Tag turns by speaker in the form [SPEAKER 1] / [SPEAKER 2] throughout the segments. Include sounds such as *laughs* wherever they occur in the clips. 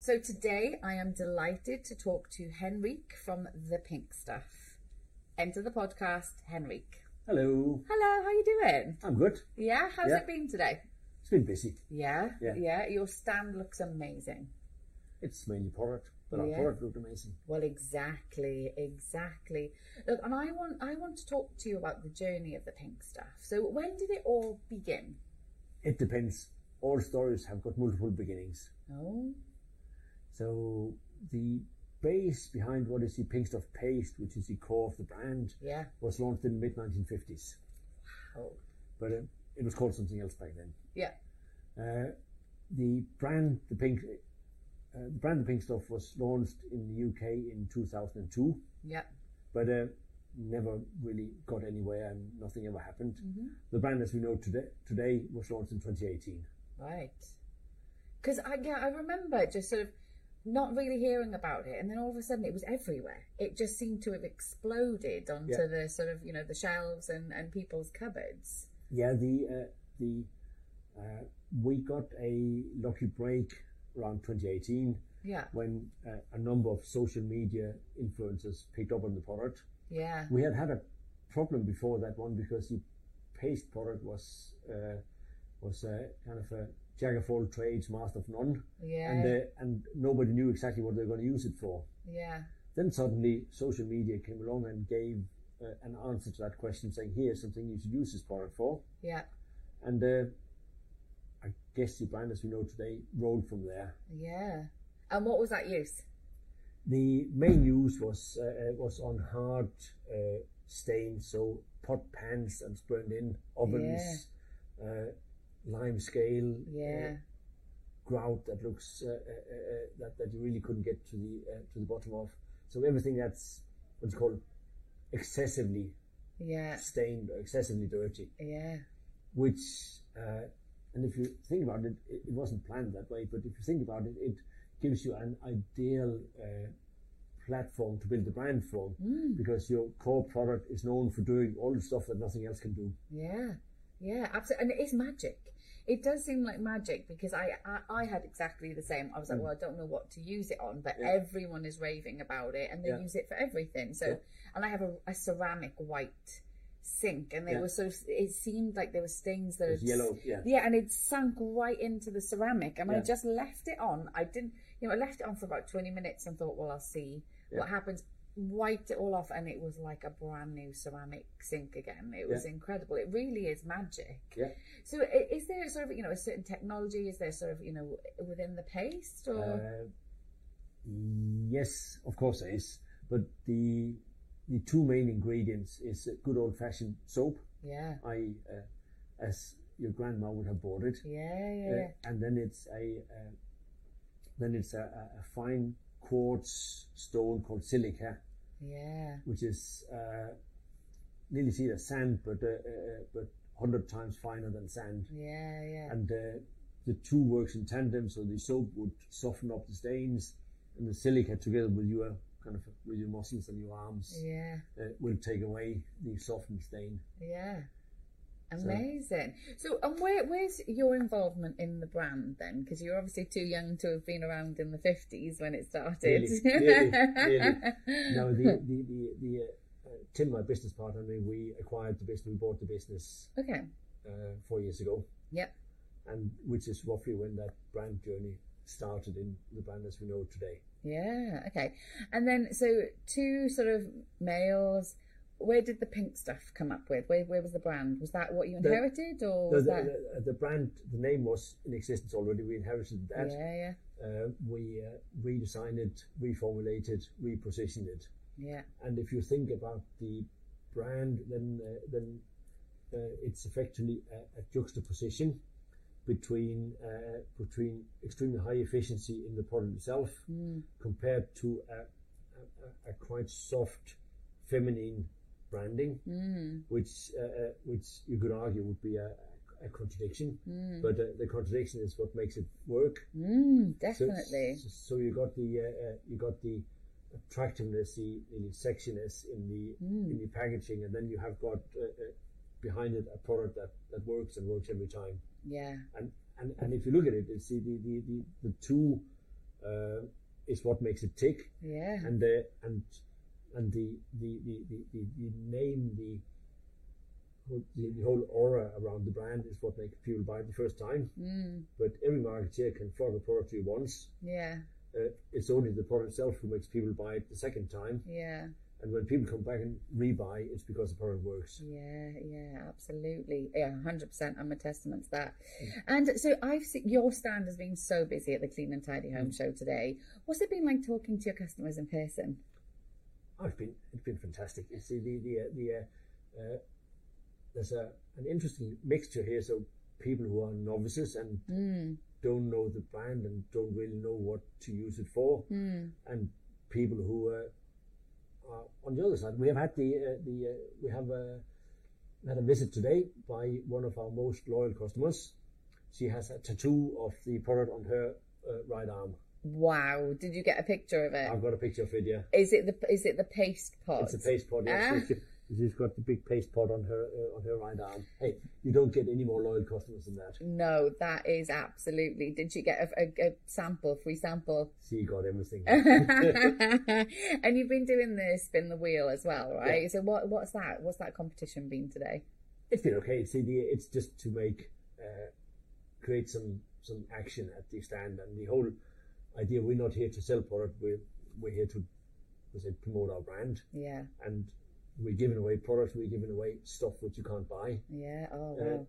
[SPEAKER 1] So today I am delighted to talk to Henrique from The Pink Stuff. Enter the podcast, Henrique.
[SPEAKER 2] Hello.
[SPEAKER 1] Hello, how you doing?
[SPEAKER 2] I'm good.
[SPEAKER 1] Yeah, how's
[SPEAKER 2] Yeah.
[SPEAKER 1] it been today?
[SPEAKER 2] It's been busy.
[SPEAKER 1] Yeah, yeah,
[SPEAKER 2] Yeah.
[SPEAKER 1] Your stand looks amazing.
[SPEAKER 2] It's mainly product, but our
[SPEAKER 1] Yeah.
[SPEAKER 2] product looked amazing.
[SPEAKER 1] Well, exactly, exactly. Look, and I want I want to talk to you about the journey of the pink stuff. So, when did it all begin?
[SPEAKER 2] It depends. All stories have got multiple beginnings.
[SPEAKER 1] Oh,
[SPEAKER 2] So the base behind what is the Pink Stuff Paste, which is the core of the brand,
[SPEAKER 1] yeah.
[SPEAKER 2] was launched in the mid 1950s.
[SPEAKER 1] Oh,
[SPEAKER 2] But um, it was called something else back then.
[SPEAKER 1] yeah.
[SPEAKER 2] Uh, the brand, the Pink, uh, the brand, the Pink Stuff was launched in the UK in 2002.
[SPEAKER 1] Yeah.
[SPEAKER 2] but uh, never really got anywhere and nothing ever happened. The brand as we know today, today was launched in 2018.
[SPEAKER 1] Right. Because I yeah, I remember just sort of not really hearing about it, and then all of a sudden it was everywhere. It just seemed to have exploded onto
[SPEAKER 2] Yeah.
[SPEAKER 1] the sort of you know the shelves and and people's cupboards.
[SPEAKER 2] Yeah, the uh, the uh, we got a lucky break around 2018
[SPEAKER 1] Yeah.
[SPEAKER 2] when uh, a number of social media influencers picked up on the product.
[SPEAKER 1] Yeah.
[SPEAKER 2] We had had a problem before that one because the paste product was uh, was a kind of a jack of all trades, master of none,
[SPEAKER 1] Yeah.
[SPEAKER 2] and uh, and nobody knew exactly what they were going to use it for.
[SPEAKER 1] yeah.
[SPEAKER 2] Then suddenly social media came along and gave uh, an answer to that question, saying, "Here's something you should use this product for."
[SPEAKER 1] Yeah.
[SPEAKER 2] And uh, I guess the brand, as we know today, rolled from there.
[SPEAKER 1] Yeah. And what was that use?
[SPEAKER 2] The main use was uh, uh, was on hard uh, stains, so pot pans and spurned in ovens, uh, lime scale,
[SPEAKER 1] Yeah.
[SPEAKER 2] uh, grout that looks uh, uh, uh, uh, that that you really couldn't get to the uh, to the bottom of. So everything that's what's called excessively
[SPEAKER 1] Yeah.
[SPEAKER 2] stained or excessively dirty,
[SPEAKER 1] Yeah.
[SPEAKER 2] which, uh, and if you think about it, it, it wasn't planned that way, but if you think about it, it gives you an ideal uh, platform to build the brand from
[SPEAKER 1] Hmm.
[SPEAKER 2] because your core product is known for doing all the stuff that nothing else can do.
[SPEAKER 1] Yeah, yeah, absolutely. And it is magic. It does seem like magic because I, I, I had exactly the same. I was
[SPEAKER 2] Mm.
[SPEAKER 1] like, well, I don't know what to use it on, but everyone is raving about it and they
[SPEAKER 2] Yeah.
[SPEAKER 1] use it for everything. So,
[SPEAKER 2] Yeah.
[SPEAKER 1] and I have a, a ceramic white sink and they
[SPEAKER 2] Yeah.
[SPEAKER 1] were sort of, it seemed like there were stains that
[SPEAKER 2] It's
[SPEAKER 1] had
[SPEAKER 2] yellow, yeah.
[SPEAKER 1] yeah, and it sunk right into the ceramic, and I
[SPEAKER 2] Yeah.
[SPEAKER 1] just left it on. I didn't, you know, I left it on for about twenty minutes and thought, well, I'll see what happens. Wiped it all off, and it was like a brand new ceramic sink again. It was
[SPEAKER 2] Yeah.
[SPEAKER 1] incredible. It really is magic.
[SPEAKER 2] Yeah.
[SPEAKER 1] So, i- is there sort of you know a certain technology? Is there sort of you know within the paste or
[SPEAKER 2] Uh, yes, of course there is, but the the two main ingredients is a good old fashioned soap,
[SPEAKER 1] yeah,
[SPEAKER 2] i.e., uh, as your grandma would have bought it.
[SPEAKER 1] yeah,
[SPEAKER 2] Uh,
[SPEAKER 1] yeah, yeah.
[SPEAKER 2] and then it's a uh, then it's a, a a fine quartz stone called silica,
[SPEAKER 1] yeah.
[SPEAKER 2] which is uh, nearly see as sand, but uh, uh, uh, but hundred times finer than sand.
[SPEAKER 1] Yeah, yeah,
[SPEAKER 2] And uh, the two works in tandem, so the soap would soften up the stains, and the silica together with your kind of with your muscles and your arms
[SPEAKER 1] yeah.
[SPEAKER 2] uh, will take away the
[SPEAKER 1] *laughs*
[SPEAKER 2] softened stain.
[SPEAKER 1] Yeah. Amazing. So, and where, where's your involvement in the brand then? Because you're obviously too young to have been around in the 50s when it started.
[SPEAKER 2] Nearly, nearly, nearly.
[SPEAKER 1] *laughs*
[SPEAKER 2] No, the the the, the uh, uh, Tim, my business partner, and me, we acquired the business. We bought the business
[SPEAKER 1] okay.
[SPEAKER 2] uh, four years ago,
[SPEAKER 1] Yep.
[SPEAKER 2] and which is roughly when that brand journey started in the brand as we know it today.
[SPEAKER 1] Yeah. Okay. And then, so two sort of males. Where did the pink stuff come up with? Where, where was the brand? Was that what you inherited, or
[SPEAKER 2] No,
[SPEAKER 1] was
[SPEAKER 2] the, uh,
[SPEAKER 1] that?
[SPEAKER 2] the, the brand, the name was in existence already. We inherited that.
[SPEAKER 1] yeah, yeah,
[SPEAKER 2] Uh, we uh, redesigned it, reformulated, repositioned it.
[SPEAKER 1] yeah,
[SPEAKER 2] And if you think about the brand, then uh, then uh, it's effectively a, a juxtaposition between uh, between extremely high efficiency in the product itself
[SPEAKER 1] Mm,
[SPEAKER 2] compared to a, a, a- a quite soft feminine branding,
[SPEAKER 1] mm,
[SPEAKER 2] which uh, uh, which you could argue would be a, a contradiction. But uh, the contradiction is what makes it work.
[SPEAKER 1] mm,
[SPEAKER 2] So-
[SPEAKER 1] definitely.
[SPEAKER 2] So, so you got the uh, uh, you got the attractiveness, the, the sexiness in the
[SPEAKER 1] Mm,
[SPEAKER 2] in the packaging, and then you have got uh, uh, behind it a product that, that works and works every time.
[SPEAKER 1] yeah,
[SPEAKER 2] And and, and if you look at it, it's the the, the, the, the two uh, is what makes it tick.
[SPEAKER 1] Yeah.
[SPEAKER 2] And the and and the the the the, the, the name the whole- the, the whole aura around the brand is what makes people buy it the first time.
[SPEAKER 1] Mm,
[SPEAKER 2] But every marketeer can flog a product to you once.
[SPEAKER 1] yeah.
[SPEAKER 2] Uh, it's only the product itself who makes people buy it the second time.
[SPEAKER 1] Yeah.
[SPEAKER 2] And when people come back and rebuy, it's because the product works.
[SPEAKER 1] Yeah, yeah, absolutely. Yeah, 100%. I'm a testament to that. And so I've seen your stand has been so busy at the Clean and Tidy
[SPEAKER 2] Mm.
[SPEAKER 1] Home show today. What's it been like talking to your customers in person?
[SPEAKER 2] Oh, it's been it's been fantastic. It's the the the, uh, the uh, uh, there's a an interesting mixture here. So people who are novices and don't know the brand and don't really know what to use it for, and people who uh, are on the other side. We have had the uh, the uh, we have uh, we had a visit today by one of our most loyal customers. She has a tattoo of the product on her uh, right arm.
[SPEAKER 1] Wow, did you get a picture of it?
[SPEAKER 2] I've got a picture of it. Yeah.
[SPEAKER 1] Is it the is it the paste pot?
[SPEAKER 2] It's a paste pod. Yes.
[SPEAKER 1] Ah.
[SPEAKER 2] She's got- She's got the big paste pod on her uh, on her right arm. Hey, you don't get any more loyal customers than that.
[SPEAKER 1] No, that is absolutely. Did you get a, a, a sample, free
[SPEAKER 2] *laughs*
[SPEAKER 1] sample? *laughs*
[SPEAKER 2] She got everything.
[SPEAKER 1] and you've been doing the spin the wheel as well, right? So what what's that? What's that competition been today?
[SPEAKER 2] it's been okay. It's the, it's just to make uh, create some some action at the stand and the whole idea. We're not here to sell product. We're we're here to, as I say, promote our brand
[SPEAKER 1] Yeah,
[SPEAKER 2] and we're giving away products. We're giving away stuff which you can't buy
[SPEAKER 1] yeah. Oh
[SPEAKER 2] Uh,
[SPEAKER 1] wow.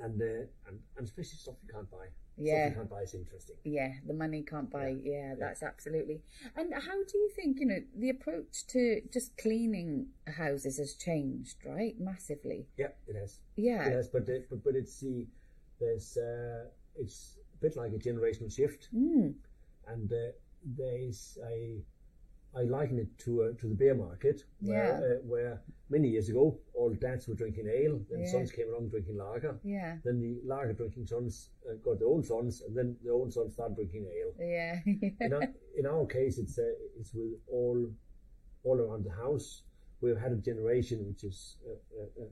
[SPEAKER 2] and uh, and, and especially stuff you can't buy.
[SPEAKER 1] Yeah.
[SPEAKER 2] stuff you can't buy is interesting.
[SPEAKER 1] Yeah, the money can't buy. Yeah, that's absolutely. And how do you think you know the approach to just cleaning houses has changed, right? Massively.
[SPEAKER 2] Yeah, it has.
[SPEAKER 1] Yeah.
[SPEAKER 2] Yes, but the, but, but it's the there's uh, it's a bit like a generational shift,
[SPEAKER 1] Mm.
[SPEAKER 2] and uh, there's a I liken it to uh, to the beer market where
[SPEAKER 1] Yeah.
[SPEAKER 2] uh, where many years ago all dads were drinking ale, then
[SPEAKER 1] Yeah.
[SPEAKER 2] sons came along drinking lager,
[SPEAKER 1] Yeah.
[SPEAKER 2] then the lager drinking sons uh, got their own sons, and then their own sons started drinking ale.
[SPEAKER 1] Yeah. *laughs*
[SPEAKER 2] in, our, in our case, it's uh, it's with all all around the house. We've had a generation which is uh, uh, uh,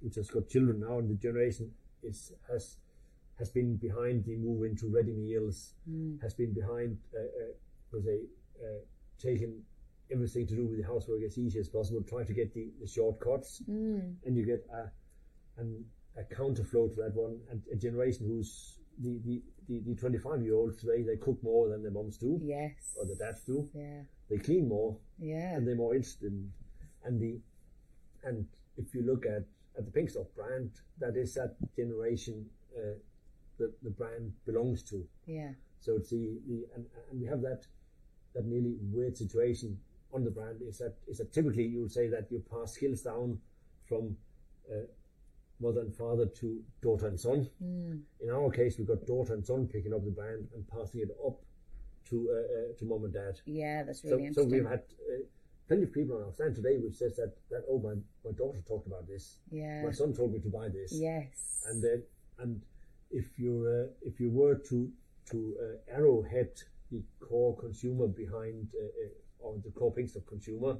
[SPEAKER 2] which has got children now, and the generation is has has been behind the move into ready meals,
[SPEAKER 1] hmm,
[SPEAKER 2] has been behind uh, uh, was a uh, taking everything to do with the housework as easy as possible. Try to get the, the shortcuts,
[SPEAKER 1] hmm,
[SPEAKER 2] and you get a an, a counterflow to that one, and a generation who's the, the, the, the 25 year olds today, they cook more than their moms do,
[SPEAKER 1] yes.
[SPEAKER 2] or their Oh, dads do.
[SPEAKER 1] Yeah.
[SPEAKER 2] They clean more,
[SPEAKER 1] Yeah.
[SPEAKER 2] and they're more interested in, and the, and if you look at, at the Pinkstock brand, that is that generation uh, that the brand belongs to.
[SPEAKER 1] Yeah.
[SPEAKER 2] So it's the, the and, and we have that that nearly weird situation on the brand is that is that typically you would say that you pass skills down from uh, mother and father to daughter and son.
[SPEAKER 1] hmm,
[SPEAKER 2] In our case, we've got daughter and son picking up the brand and passing it up to uh, uh, to mom and dad.
[SPEAKER 1] Yeah. That's
[SPEAKER 2] So,
[SPEAKER 1] really
[SPEAKER 2] so
[SPEAKER 1] interesting.
[SPEAKER 2] we've had uh, plenty of people on our stand today which says that that oh my, my daughter talked about this,
[SPEAKER 1] yeah.
[SPEAKER 2] my son told me to buy this,
[SPEAKER 1] Yes.
[SPEAKER 2] and uh, then and if you uh, if you were to to uh, arrowhead the core consumer behind uh, uh, or the core piece of consumer,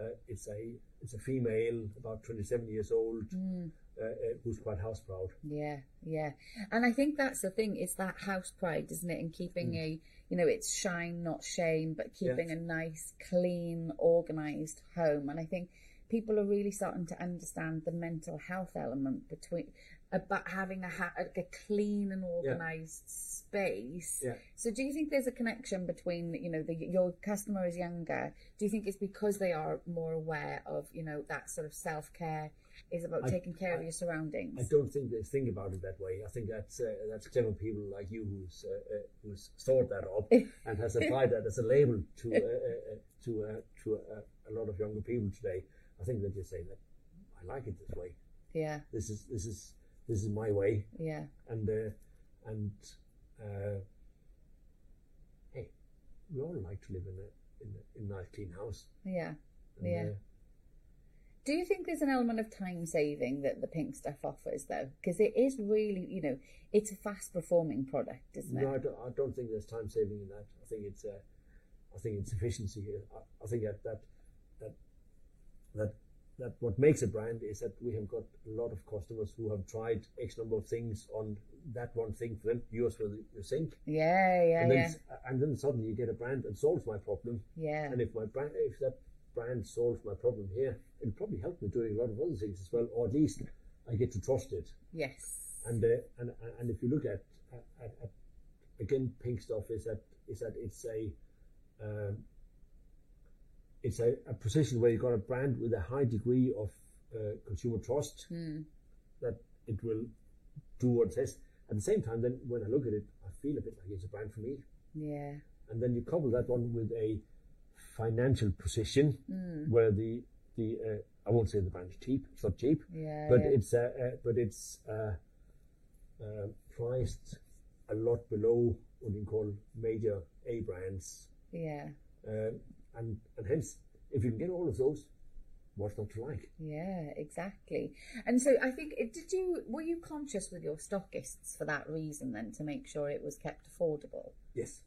[SPEAKER 2] uh, it's a it's a female about 27 years old uh, uh, who's quite house proud.
[SPEAKER 1] Yeah, yeah. And I think that's the thing, it's that house pride, isn't it? And keeping
[SPEAKER 2] Mm.
[SPEAKER 1] a, you know, it's shine, not shame, but keeping a nice, clean, organized home. And I think people are really starting to understand the mental health element between about having a, ha- a, a clean and organized space.
[SPEAKER 2] Yeah.
[SPEAKER 1] So do you think there's a connection between, you know, the, your customer is younger? Do you think it's because they are more aware of, you know, that sort of self-care is about taking care of your surroundings?
[SPEAKER 2] I don't think they think about it that way. I think that's uh, that's clever people like you who's uh, uh, who's thought that up and has applied that as a label to uh, uh, uh, to uh, to uh, a lot of younger people today. I think they just say that I like it this way.
[SPEAKER 1] yeah.
[SPEAKER 2] this is this is this is my way
[SPEAKER 1] Yeah,
[SPEAKER 2] and uh, and uh, hey we all like to live in a in a, in a nice clean house
[SPEAKER 1] yeah,
[SPEAKER 2] and,
[SPEAKER 1] yeah.
[SPEAKER 2] uh,
[SPEAKER 1] Do you think there's an element of time saving that the pink stuff offers, though? Because it is really, you know, it's a fast performing product, isn't it?
[SPEAKER 2] no I don't, I don't think there's time saving in that I think it's uh, I think it's efficiency I, I think that that that that that what makes a brand is that we have got a lot of customers who have tried X number of things on that one thing for them. Yours was the sink.
[SPEAKER 1] Yeah, yeah,
[SPEAKER 2] and, then,
[SPEAKER 1] yeah.
[SPEAKER 2] s- and then suddenly you get a brand and solves my problem.
[SPEAKER 1] Yeah.
[SPEAKER 2] And if my brand, if that brand solves my problem here, it'll probably help me doing a lot of other things as well, or at least I get to trust it.
[SPEAKER 1] Yes.
[SPEAKER 2] And uh, and and if you look at, at, at, at again, pink stuff is that is that it's a um, it's a, a position where you've got a brand with a high degree of uh, consumer trust
[SPEAKER 1] Hmm.
[SPEAKER 2] that it will do what it says. At the same time, then when I look at it, I feel a bit like it's a brand for me.
[SPEAKER 1] Yeah.
[SPEAKER 2] And then you couple that one with a financial position
[SPEAKER 1] Hmm.
[SPEAKER 2] where the the uh, I won't say the brand's cheap. It's not cheap
[SPEAKER 1] Yeah.
[SPEAKER 2] but
[SPEAKER 1] yeah.
[SPEAKER 2] it's uh, uh, but it's uh, uh, priced a lot below what you call major A brands,
[SPEAKER 1] yeah.
[SPEAKER 2] Um and and hence if you can get all of those, what's not to like?
[SPEAKER 1] Yeah, exactly. And so I think it- did you were you conscious with your stockists for that reason then to make sure it was kept affordable?
[SPEAKER 2] Yes,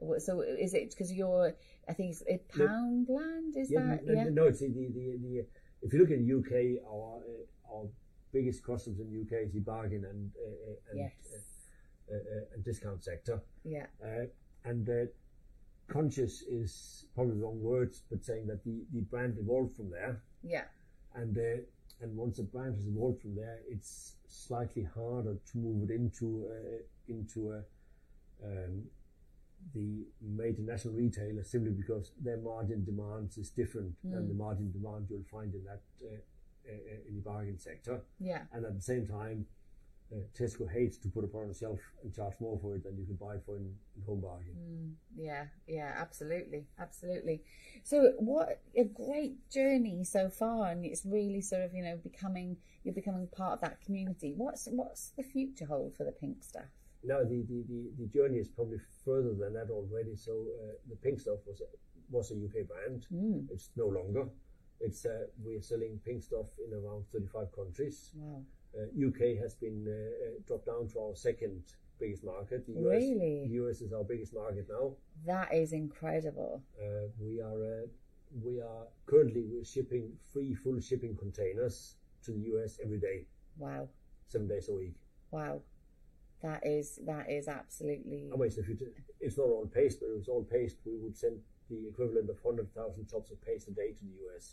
[SPEAKER 1] Wha- So is it because you're I think it's it Poundland is
[SPEAKER 2] yeah,
[SPEAKER 1] that
[SPEAKER 2] no,
[SPEAKER 1] yeah
[SPEAKER 2] no, it's the, the the the uh, if you look at UK, our uh, our biggest customers in the UK is the bargain and uh, uh, and,
[SPEAKER 1] yes
[SPEAKER 2] uh, uh, and discount sector.
[SPEAKER 1] yeah
[SPEAKER 2] uh, and uh, conscious is probably the wrong words, but saying that the, the brand evolved from there,
[SPEAKER 1] yeah
[SPEAKER 2] and uh, and once a brand has evolved from there, it's slightly harder to move it into uh, into a, um, the major national retailer simply because their margin demands is different than the margin demand you'll find in that uh, uh, uh, in the bargain sector,
[SPEAKER 1] yeah
[SPEAKER 2] and at the same time. Uh, Tesco hates to put a product on the shelf and charge more for it than you can buy it for in, in home bargain.
[SPEAKER 1] Mm, yeah yeah absolutely absolutely. So what a great journey so far, and it's really sort of you know becoming you're becoming part of that community. What's what's the future hold for the pink stuff?
[SPEAKER 2] No, the, the, the, the journey is probably further than that already. So uh, the pink stuff was a, was a UK brand.
[SPEAKER 1] Mm,
[SPEAKER 2] It's no longer. It's uh, we're selling pink stuff in around 35 countries.
[SPEAKER 1] Wow,
[SPEAKER 2] Uh, UK has been uh, uh, dropped down to our second biggest market. The US,
[SPEAKER 1] Really?
[SPEAKER 2] The US is our biggest market now.
[SPEAKER 1] that is incredible.
[SPEAKER 2] Uh, we are uh, we are currently we're shipping free full shipping containers to the US every day,
[SPEAKER 1] Wow.
[SPEAKER 2] seven days a week.
[SPEAKER 1] Wow, that is that is absolutely
[SPEAKER 2] I mean, if you t- it's not all paste, but if it was all paste, we would send the equivalent of 100,000 tubs of paste a day to the US.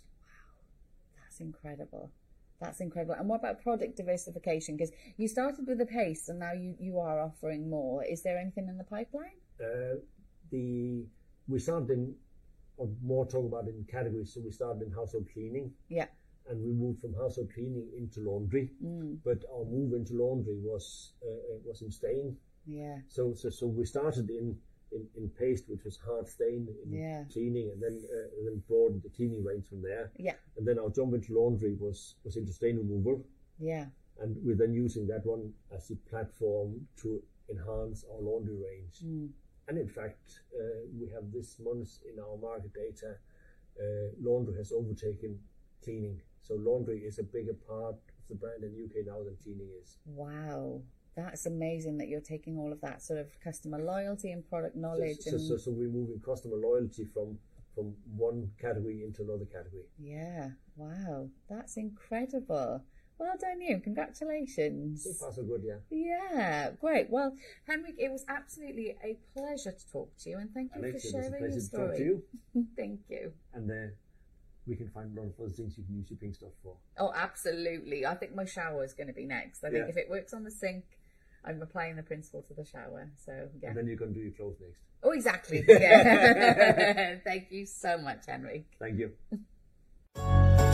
[SPEAKER 1] that's incredible. That's incredible. And what about product diversification? Because you started with the paste, and now you you are offering more. Is there anything in the pipeline?
[SPEAKER 2] Uh, the we started in or more talk about in categories. So we started in household cleaning,
[SPEAKER 1] Yeah,
[SPEAKER 2] and we moved from household cleaning into laundry.
[SPEAKER 1] Mm,
[SPEAKER 2] But our move into laundry was uh, uh, was in stain.
[SPEAKER 1] yeah,
[SPEAKER 2] So so so we started in. In, in paste, which was hard stain in
[SPEAKER 1] Yeah.
[SPEAKER 2] cleaning, and then uh, and then broadened the cleaning range from there.
[SPEAKER 1] yeah,
[SPEAKER 2] And then our jump into laundry was was into stain removal.
[SPEAKER 1] yeah,
[SPEAKER 2] and we're then using that one as a platform to enhance our laundry range.
[SPEAKER 1] Mm,
[SPEAKER 2] And in fact, uh, we have this month in our market data, uh, laundry has overtaken cleaning. So laundry is a bigger part of the brand in UK now than cleaning is.
[SPEAKER 1] Wow, that's amazing that you're taking all of that sort of customer loyalty and product
[SPEAKER 2] So,
[SPEAKER 1] knowledge
[SPEAKER 2] so,
[SPEAKER 1] and
[SPEAKER 2] so, so we're moving customer loyalty from from one category into another category.
[SPEAKER 1] yeah. Wow, that's incredible. Well done, you. Congratulations.
[SPEAKER 2] So far so good, yeah.
[SPEAKER 1] Yeah, great. Well, Henrik, it was absolutely a pleasure to talk to you, and thank you
[SPEAKER 2] Alex,
[SPEAKER 1] for
[SPEAKER 2] it was a
[SPEAKER 1] sharing your
[SPEAKER 2] pleasure to talk
[SPEAKER 1] story.
[SPEAKER 2] to you.
[SPEAKER 1] thank you.
[SPEAKER 2] And uh, we can find a lot of other things you can use your pink stuff for.
[SPEAKER 1] Oh, absolutely. I think my shower is going to be next. I
[SPEAKER 2] Yeah.
[SPEAKER 1] think if it works on the sink, I'm applying the principle to the shower. So yeah.
[SPEAKER 2] And then you're going to do your clothes next.
[SPEAKER 1] Oh, *laughs* exactly. Yeah. thank you so much, Henrik.
[SPEAKER 2] Thank you.